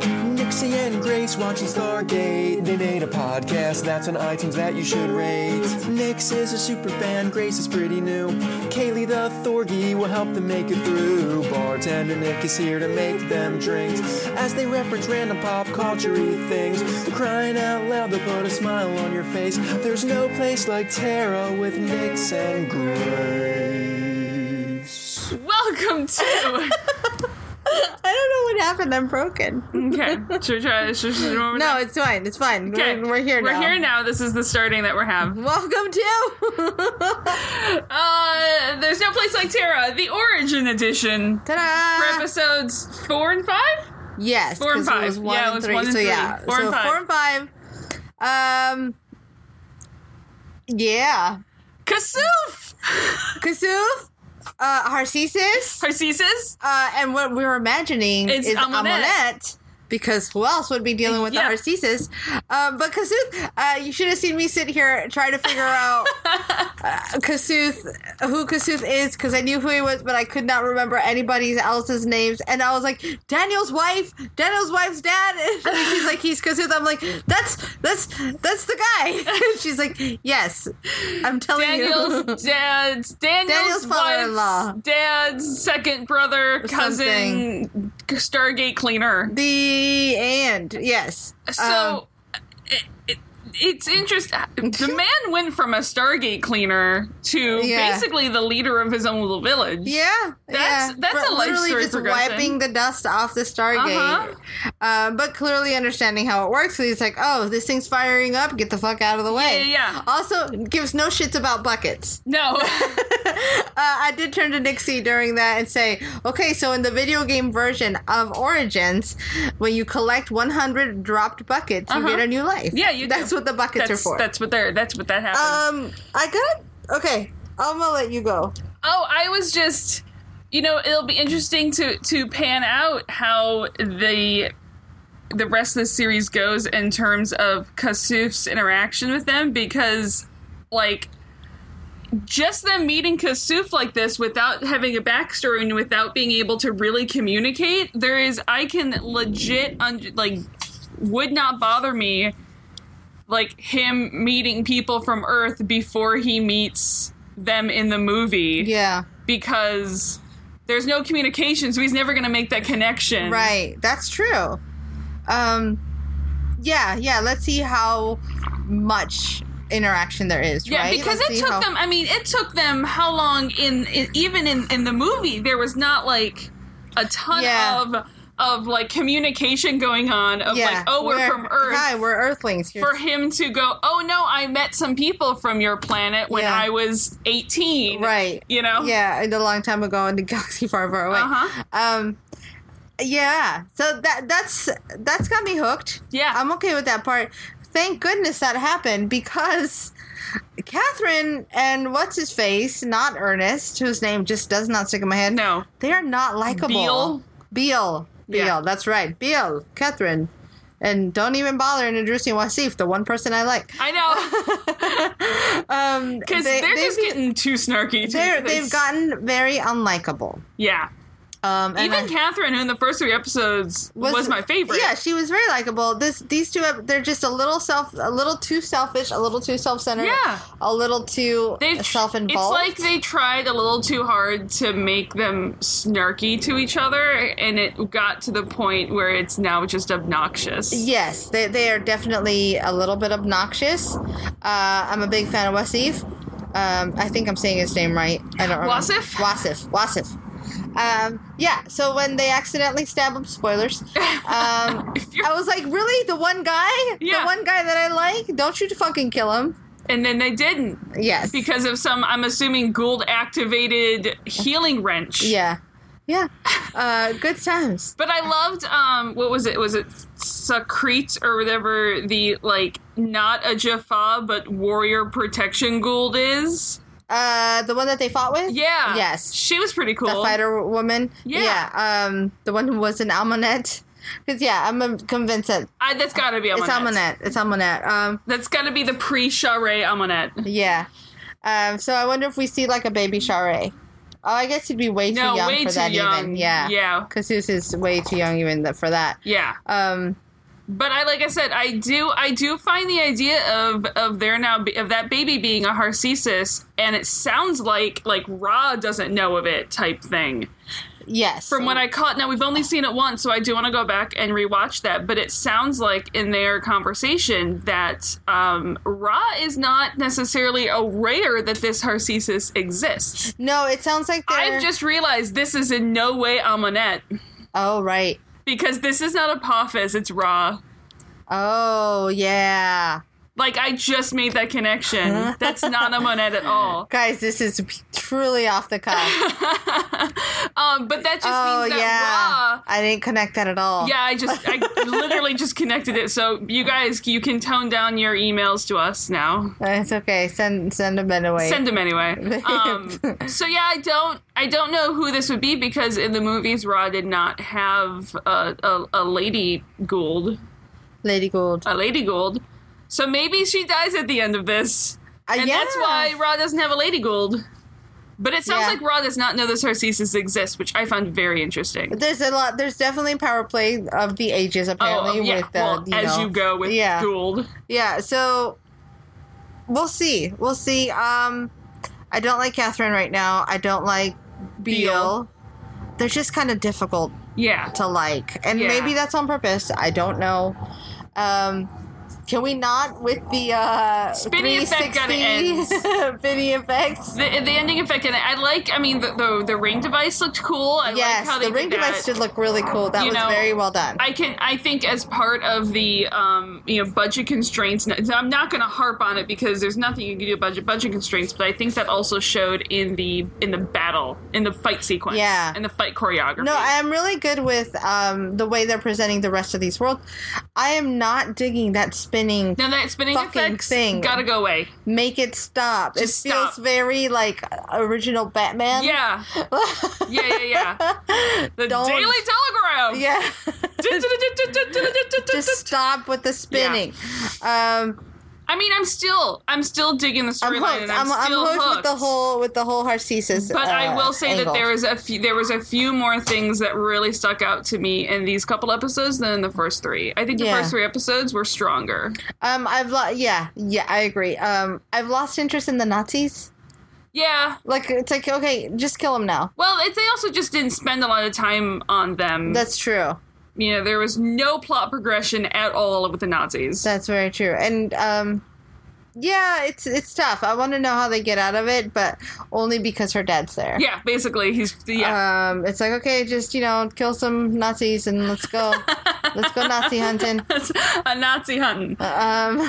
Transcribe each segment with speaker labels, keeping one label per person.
Speaker 1: Jesse and Grace watching Stargate. They made a podcast that's on iTunes that you should rate. Nix is a super fan, Grace is pretty new. Kaylee the Thorgy will help them make it through. Bartender Nick is here to make them drinks as they reference random pop culture things. Crying out loud, they'll put a smile on your face. There's no place like Tara with Nix and Grace.
Speaker 2: Welcome to.
Speaker 3: I don't know what happened. I'm broken.
Speaker 2: okay, should we try? Should, should, we-
Speaker 3: No, it's fine. It's fine.
Speaker 2: okay.
Speaker 3: We're, we're here
Speaker 2: We're
Speaker 3: now. Mm-hmm.
Speaker 2: here now. This is the starting that we're having.
Speaker 3: Welcome to
Speaker 2: Uh, there's no place like Terra, the Origin Edition for
Speaker 3: Ta-da!
Speaker 2: episodes four and five.
Speaker 3: Yes,
Speaker 2: Four and
Speaker 3: 'cause
Speaker 2: five.
Speaker 3: It was one
Speaker 2: Yeah, it
Speaker 3: and
Speaker 2: was
Speaker 3: three.
Speaker 2: one and
Speaker 3: so
Speaker 2: three.
Speaker 3: yeah,
Speaker 2: Four
Speaker 3: so
Speaker 2: and five.
Speaker 3: four and five. Um, yeah,
Speaker 2: Kasoof,
Speaker 3: Kasuf, uh, Harcesis,
Speaker 2: Harcesis.
Speaker 3: uh, and what we were imagining
Speaker 2: It's
Speaker 3: is
Speaker 2: Amunet.
Speaker 3: Amunet. Because who else would be dealing with
Speaker 2: Yeah.
Speaker 3: the Harcesis? Um, but Kasuth, uh, you should have seen me sit here try to figure out uh, Kasuth, who Kasuth is, because I knew who he was, but I could not remember anybody else's names. And I was like, Daniel's wife, Daniel's wife's dad. And she's like, he's Kasuth. I'm like, that's that's that's the guy. And she's like, yes, I'm telling you.
Speaker 2: Daniel's dad's Daniel's,
Speaker 3: Daniel's father-in-law.
Speaker 2: wife's dad's second brother cousin Stargate cleaner.
Speaker 3: The and yes. Um,
Speaker 2: So it, it, it's interesting. The man went from a Stargate cleaner to
Speaker 3: Yeah.
Speaker 2: basically the leader of his own little village.
Speaker 3: Yeah,
Speaker 2: That's-
Speaker 3: yeah.
Speaker 2: that's a life
Speaker 3: literally
Speaker 2: story
Speaker 3: just
Speaker 2: progression.
Speaker 3: wiping the dust off the Stargate,
Speaker 2: Uh-huh.
Speaker 3: um, but clearly understanding how it works. So he's like, "Oh, this thing's firing up. Get the fuck out of the way."
Speaker 2: Yeah, yeah.
Speaker 3: Also, gives no shits about buckets.
Speaker 2: No,
Speaker 3: Uh, I did turn to Nixie during that and say, "Okay, so in the video game version of Origins, when you collect 100 dropped buckets,
Speaker 2: Uh-huh.
Speaker 3: you get a new life.
Speaker 2: Yeah, you do.
Speaker 3: That's what the buckets are
Speaker 2: that's,
Speaker 3: for.
Speaker 2: that's what they're. That's what that happens.
Speaker 3: um, I got okay. I'm gonna let you go.
Speaker 2: oh, I was just, you know, it'll be interesting to to pan out how the the rest of the series goes in terms of Kasuf's interaction with them because, like, just them meeting Kasuf like this without having a backstory and without being able to really communicate, there is I can legit un- like would not bother me like him meeting people from Earth before he meets them in the movie
Speaker 3: Yeah,
Speaker 2: because there's no communication, so he's never going to make that connection.
Speaker 3: Right. That's true. Um yeah, yeah, let's see how much interaction there is,
Speaker 2: Yeah,
Speaker 3: right?
Speaker 2: because
Speaker 3: Let's
Speaker 2: it
Speaker 3: see
Speaker 2: took
Speaker 3: how-
Speaker 2: them. I mean, it took them how long? In, in even in in the movie, there was not like a ton
Speaker 3: Yeah.
Speaker 2: of of like communication going on. Of like, oh, we're, from Earth.
Speaker 3: Hi, we're Earthlings. Here's-
Speaker 2: For him to go, oh no, I met some people from your planet when
Speaker 3: Yeah.
Speaker 2: I was eighteen.
Speaker 3: right.
Speaker 2: You know.
Speaker 3: Yeah, and a long time ago in the galaxy far, far away.
Speaker 2: Uh-huh.
Speaker 3: Um yeah. So that that's that's got me hooked.
Speaker 2: Yeah.
Speaker 3: I'm okay with that part. Thank goodness that happened because Catherine and what's his face, not Ernest, whose name just does not stick in my head.
Speaker 2: No.
Speaker 3: They are not likable.
Speaker 2: Beale?
Speaker 3: Beale. Beale.
Speaker 2: Yeah.
Speaker 3: That's right. Beale. Catherine. And don't even bother introducing Wasif, the one person I like.
Speaker 2: I know,
Speaker 3: Um,
Speaker 2: because
Speaker 3: they,
Speaker 2: they, are
Speaker 3: they've-
Speaker 2: Uh, just getting too snarky. To
Speaker 3: they're,
Speaker 2: this.
Speaker 3: they've gotten very unlikable.
Speaker 2: yeah.
Speaker 3: Um, and
Speaker 2: Even
Speaker 3: I-
Speaker 2: Catherine, who in the first three episodes was, my favorite.
Speaker 3: Yeah, she was very likable. This these two, they're just a little self, a little too selfish, a little too self centered,
Speaker 2: Yeah.
Speaker 3: a little too
Speaker 2: They've-
Speaker 3: self
Speaker 2: It's
Speaker 3: involved.
Speaker 2: like they tried a little too hard to make them snarky to each other, and it got to the point where it's now just obnoxious.
Speaker 3: Yes, they, they are definitely a little bit obnoxious. Uh, I'm a big fan of Wasif. Um, I think I'm saying his name right. I don't remember.
Speaker 2: Wasif?
Speaker 3: Wasif. Wasif. Um, yeah, so when they accidentally stab him, spoilers. Um,
Speaker 2: If you're-
Speaker 3: I was like, really? The one guy?
Speaker 2: Yeah.
Speaker 3: The one guy that I like? Don't you fucking kill him.
Speaker 2: And then they didn't
Speaker 3: Yes.
Speaker 2: because of some, I'm assuming, Gould activated healing wrench.
Speaker 3: Yeah. Yeah. Uh, good times.
Speaker 2: But I loved um what was it? Was it Sakrit or whatever the like not a Jaffa but warrior protection Gould is?
Speaker 3: Uh, the one that they fought with?
Speaker 2: Yeah.
Speaker 3: Yes.
Speaker 2: She was pretty cool.
Speaker 3: the fighter woman.
Speaker 2: Yeah.
Speaker 3: Yeah, um, the one who was an Almanet. Because yeah, I'm um, convinced that
Speaker 2: I, that's got to be Amunet.
Speaker 3: it's Almanet. It's Almanet. Um,
Speaker 2: That's got to be the pre Share Amunet.
Speaker 3: yeah. Um, so I wonder if we see like a baby Share. Oh, I guess he'd be way too
Speaker 2: No,
Speaker 3: young
Speaker 2: way
Speaker 3: for
Speaker 2: too
Speaker 3: that.
Speaker 2: young.
Speaker 3: Even yeah,
Speaker 2: Yeah.
Speaker 3: Kasus is way too young even th- for that.
Speaker 2: Yeah.
Speaker 3: Um,
Speaker 2: But I, like I said, I do, I do find the idea of of there now be- of that baby being a harcesis, and it sounds like like Ra doesn't know of it type thing.
Speaker 3: Yes.
Speaker 2: From what I caught, now we've only seen it once, so I do want to go back and rewatch that. But it sounds like in their conversation that um, Ra is not necessarily aware that this harcesis exists.
Speaker 3: No, it sounds like they're.
Speaker 2: I've just realized this is in no way Amunet
Speaker 3: Oh right.
Speaker 2: because this is not Apophis, it's Ra.
Speaker 3: Oh yeah.
Speaker 2: Like I just made that connection. That's not a monet at all.
Speaker 3: Guys, this is truly off the cuff.
Speaker 2: Um, but that just
Speaker 3: oh
Speaker 2: means that
Speaker 3: yeah.
Speaker 2: Ra.
Speaker 3: I didn't connect that at all.
Speaker 2: Yeah, I just I literally just connected it. So you guys, you can tone down your emails to us now.
Speaker 3: Uh, It's okay. Send send them in away.
Speaker 2: Send them anyway. Um, so yeah, I don't I don't know who this would be because in the movies, Ra did not have a, a, a lady Gould,
Speaker 3: Lady Gould.
Speaker 2: a
Speaker 3: Uh,
Speaker 2: lady Gould. So maybe she dies at the end of this.
Speaker 3: Uh,
Speaker 2: And
Speaker 3: yeah.
Speaker 2: that's why Ra doesn't have a Lady Gould. But it sounds
Speaker 3: Yeah.
Speaker 2: like Ra does not know this Harcesis exists, which I found very interesting.
Speaker 3: There's a lot. There's definitely power play of the ages apparently
Speaker 2: oh, yeah.
Speaker 3: with the
Speaker 2: well,
Speaker 3: you
Speaker 2: as
Speaker 3: know.
Speaker 2: you go with
Speaker 3: yeah
Speaker 2: Gould.
Speaker 3: yeah. So we'll see. We'll see. Um, I don't like Catherine right now. I don't like Beale.
Speaker 2: Beale.
Speaker 3: They're just kind of difficult
Speaker 2: Yeah.
Speaker 3: to like, and
Speaker 2: Yeah.
Speaker 3: maybe that's on purpose. I don't know. Um, can we not with the uh,
Speaker 2: Spinny effect kinda
Speaker 3: 360 spinny effects?
Speaker 2: The, the ending effect, and I like, I mean, the, the, the ring device looked cool. I
Speaker 3: yes,
Speaker 2: like how they
Speaker 3: the ring
Speaker 2: did
Speaker 3: device
Speaker 2: that.
Speaker 3: did look really cool. That
Speaker 2: You
Speaker 3: was
Speaker 2: know,
Speaker 3: very well done.
Speaker 2: I can. I think as part of the um, you know budget constraints. n- I'm not going to harp on it because there's nothing you can do about budget budget constraints. But I think that also showed in the in the battle in the fight sequence.
Speaker 3: Yeah.
Speaker 2: In the fight choreography.
Speaker 3: No, I'm really good with um, the way they're presenting the rest of these worlds. I am not digging that spinning.
Speaker 2: Now that spinning
Speaker 3: Fucking
Speaker 2: effects
Speaker 3: thing.
Speaker 2: gotta go away.
Speaker 3: Make it stop.
Speaker 2: Just
Speaker 3: it feels
Speaker 2: stop.
Speaker 3: very like original Batman.
Speaker 2: Yeah. Yeah, yeah, yeah. The
Speaker 3: Don't-
Speaker 2: Daily Telegraph.
Speaker 3: Yeah. Just stop with the spinning. Um,
Speaker 2: I mean, I'm still, I'm still digging the
Speaker 3: I'm
Speaker 2: storyline,
Speaker 3: hooked.
Speaker 2: and
Speaker 3: I'm,
Speaker 2: I'm,
Speaker 3: I'm
Speaker 2: still
Speaker 3: hooked, with the
Speaker 2: hooked.
Speaker 3: whole with the whole Harcesis.
Speaker 2: But I
Speaker 3: uh,
Speaker 2: will say
Speaker 3: angle.
Speaker 2: that there was a few, there was a few more things that really stuck out to me in these couple episodes than in the first three. I think the
Speaker 3: Yeah.
Speaker 2: first three episodes were stronger.
Speaker 3: Um, I've lo- yeah, yeah, I agree. Um, I've lost interest in the Nazis.
Speaker 2: Yeah.
Speaker 3: Like it's like okay, just kill them now.
Speaker 2: Well, it, they also just didn't spend a lot of time on them.
Speaker 3: That's true.
Speaker 2: you know, there was no plot progression at all with the Nazis.
Speaker 3: That's very true. And um yeah, it's it's tough. I want to know how they get out of it, but only because her dad's there.
Speaker 2: Yeah, basically, he's yeah.
Speaker 3: Um it's like okay, just you know, kill some Nazis and let's go. let's go Nazi hunting.
Speaker 2: a Nazi hunting.
Speaker 3: Um uh,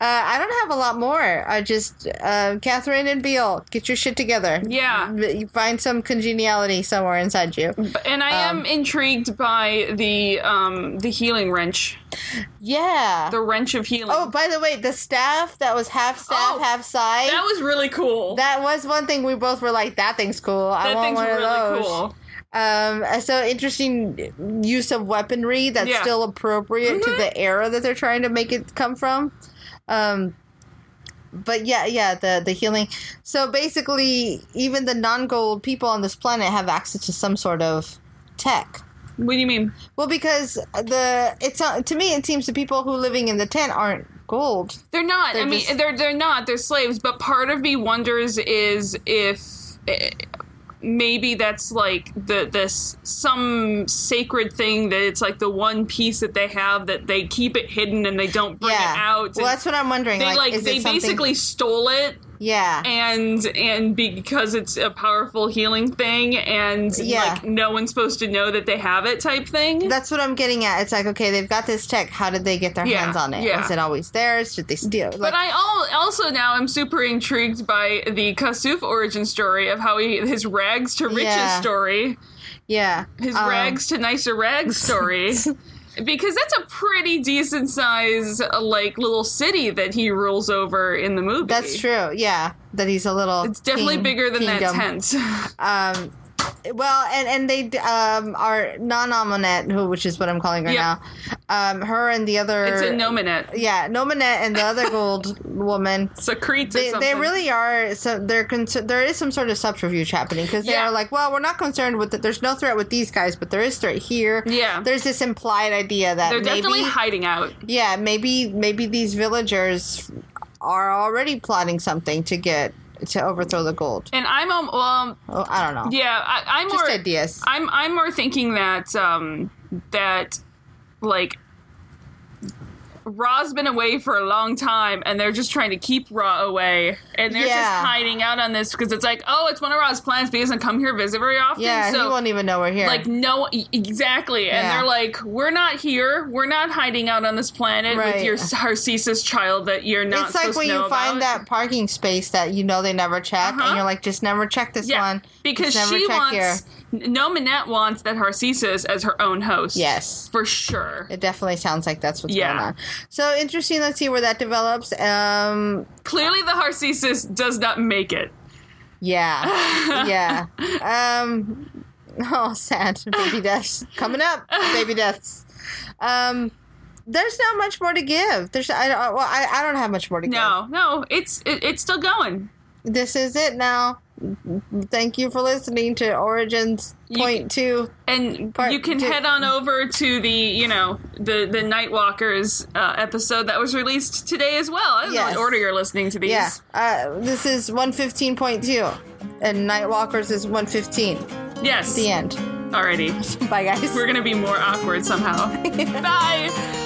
Speaker 3: I don't have a lot more. I just uh, Catherine and Beale, get your shit together.
Speaker 2: Yeah. Mm.
Speaker 3: You Find some congeniality somewhere inside you.
Speaker 2: And I
Speaker 3: um,
Speaker 2: am intrigued by the um the healing wrench,
Speaker 3: Yeah.
Speaker 2: the wrench of healing.
Speaker 3: oh, by the way, the staff that was half staff,
Speaker 2: Oh,
Speaker 3: half side.
Speaker 2: that was really cool.
Speaker 3: That was one thing we both were like, that thing's cool. I
Speaker 2: That
Speaker 3: want
Speaker 2: thing's
Speaker 3: one
Speaker 2: really
Speaker 3: of those.
Speaker 2: cool.
Speaker 3: Um, so interesting use of weaponry that's
Speaker 2: Yeah.
Speaker 3: still appropriate to
Speaker 2: Mhm.
Speaker 3: the era that they're trying to make it come from. Um, but yeah, yeah, the the healing. So basically, even the non-gold people on this planet have access to some sort of tech.
Speaker 2: What do you mean?
Speaker 3: Well, because the it's not- to me it seems the people who living in the tent aren't gold.
Speaker 2: They're not.
Speaker 3: They're
Speaker 2: I mean,
Speaker 3: just-
Speaker 2: they're they're not. They're slaves. But part of me wonders is if eh, maybe that's like the this some sacred thing that it's like the one piece that they have that they keep it hidden and they don't bring
Speaker 3: Yeah.
Speaker 2: it out.
Speaker 3: Well, that's what I'm wondering.
Speaker 2: they
Speaker 3: like,
Speaker 2: like,
Speaker 3: is it
Speaker 2: they
Speaker 3: something-
Speaker 2: basically stole it
Speaker 3: yeah.
Speaker 2: and and because it's a powerful healing thing and
Speaker 3: Yeah.
Speaker 2: like no one's supposed to know that they have it type thing.
Speaker 3: That's what I'm getting at. It's like, okay, they've got this tech. How did they get their
Speaker 2: Yeah,
Speaker 3: hands on it?
Speaker 2: yeah.
Speaker 3: Was it always theirs? Did they steal?
Speaker 2: But I all, also now am super intrigued by the Kasuf origin story of how he his rags to riches
Speaker 3: Yeah.
Speaker 2: story,
Speaker 3: yeah,
Speaker 2: his
Speaker 3: Um,
Speaker 2: rags to nicer rags story, because that's a pretty decent size uh, like little city that he rules over in the movie.
Speaker 3: That's true. Yeah, that he's a little.
Speaker 2: It's definitely
Speaker 3: king-
Speaker 2: bigger than
Speaker 3: kingdom.
Speaker 2: that tent.
Speaker 3: Well, and and they um are non-ominent, who which is what I'm calling her
Speaker 2: Yeah.
Speaker 3: now. um, her and the other.
Speaker 2: It's a nominate.
Speaker 3: Yeah, Nominette and the other gold woman.
Speaker 2: It's a Crete or
Speaker 3: They,
Speaker 2: something.
Speaker 3: they really are. So they're concerned. There is some sort of subterfuge happening because they
Speaker 2: Yeah.
Speaker 3: are like, well, we're not concerned with that. There's no threat with these guys, but there is threat here.
Speaker 2: Yeah.
Speaker 3: there's this implied idea that
Speaker 2: They're
Speaker 3: maybe,
Speaker 2: definitely hiding out.
Speaker 3: yeah, maybe maybe these villagers are already plotting something to get to overthrow the gold.
Speaker 2: And I'm um, well,
Speaker 3: Oh, I don't know.
Speaker 2: yeah, I, I'm
Speaker 3: Just
Speaker 2: more
Speaker 3: ideas.
Speaker 2: I'm I'm more thinking that um that like Ra's been away for a long time, and they're just trying to keep Ra away, and they're
Speaker 3: Yeah.
Speaker 2: just hiding out on this because it's like, oh, it's one of Ra's plans, but he doesn't come here visit very often.
Speaker 3: yeah,
Speaker 2: so
Speaker 3: he won't even know we're here.
Speaker 2: like no, e- exactly, and
Speaker 3: Yeah.
Speaker 2: they're like, we're not here, we're not hiding out on this planet
Speaker 3: Right.
Speaker 2: with your Harcesis child that you're not.
Speaker 3: it's like
Speaker 2: supposed
Speaker 3: when
Speaker 2: to
Speaker 3: you
Speaker 2: know
Speaker 3: find
Speaker 2: about.
Speaker 3: that parking space that you know they never check,
Speaker 2: Uh-huh.
Speaker 3: and you're like, just never check this one.
Speaker 2: Because
Speaker 3: Just never
Speaker 2: she
Speaker 3: check
Speaker 2: wants
Speaker 3: here.
Speaker 2: no Minette wants that Harcesis as her own host.
Speaker 3: Yes.
Speaker 2: For sure.
Speaker 3: It definitely sounds like that's what's
Speaker 2: Yeah.
Speaker 3: going on. So interesting. Let's see where that develops. Um,
Speaker 2: Clearly the Harcesis does not make it.
Speaker 3: yeah, yeah. Um, oh, sad baby deaths coming up. Baby deaths. Um, there's not much more to give. There's I don't- well, I, I don't have much more to
Speaker 2: No, no, it's it, it's still going.
Speaker 3: give. This is it now. Thank you for listening to Origins
Speaker 2: You
Speaker 3: Point Two.
Speaker 2: And
Speaker 3: Part
Speaker 2: you can
Speaker 3: two.
Speaker 2: head on over to the, you know, the the Nightwalkers uh, episode that was released today as well. I don't know
Speaker 3: Yes.
Speaker 2: what order you're listening to these.
Speaker 3: Yeah, uh, this is one fifteen point two, and Nightwalkers is one fifteen.
Speaker 2: Yes.
Speaker 3: The end.
Speaker 2: Alrighty.
Speaker 3: Bye guys.
Speaker 2: We're gonna be more awkward somehow. Bye.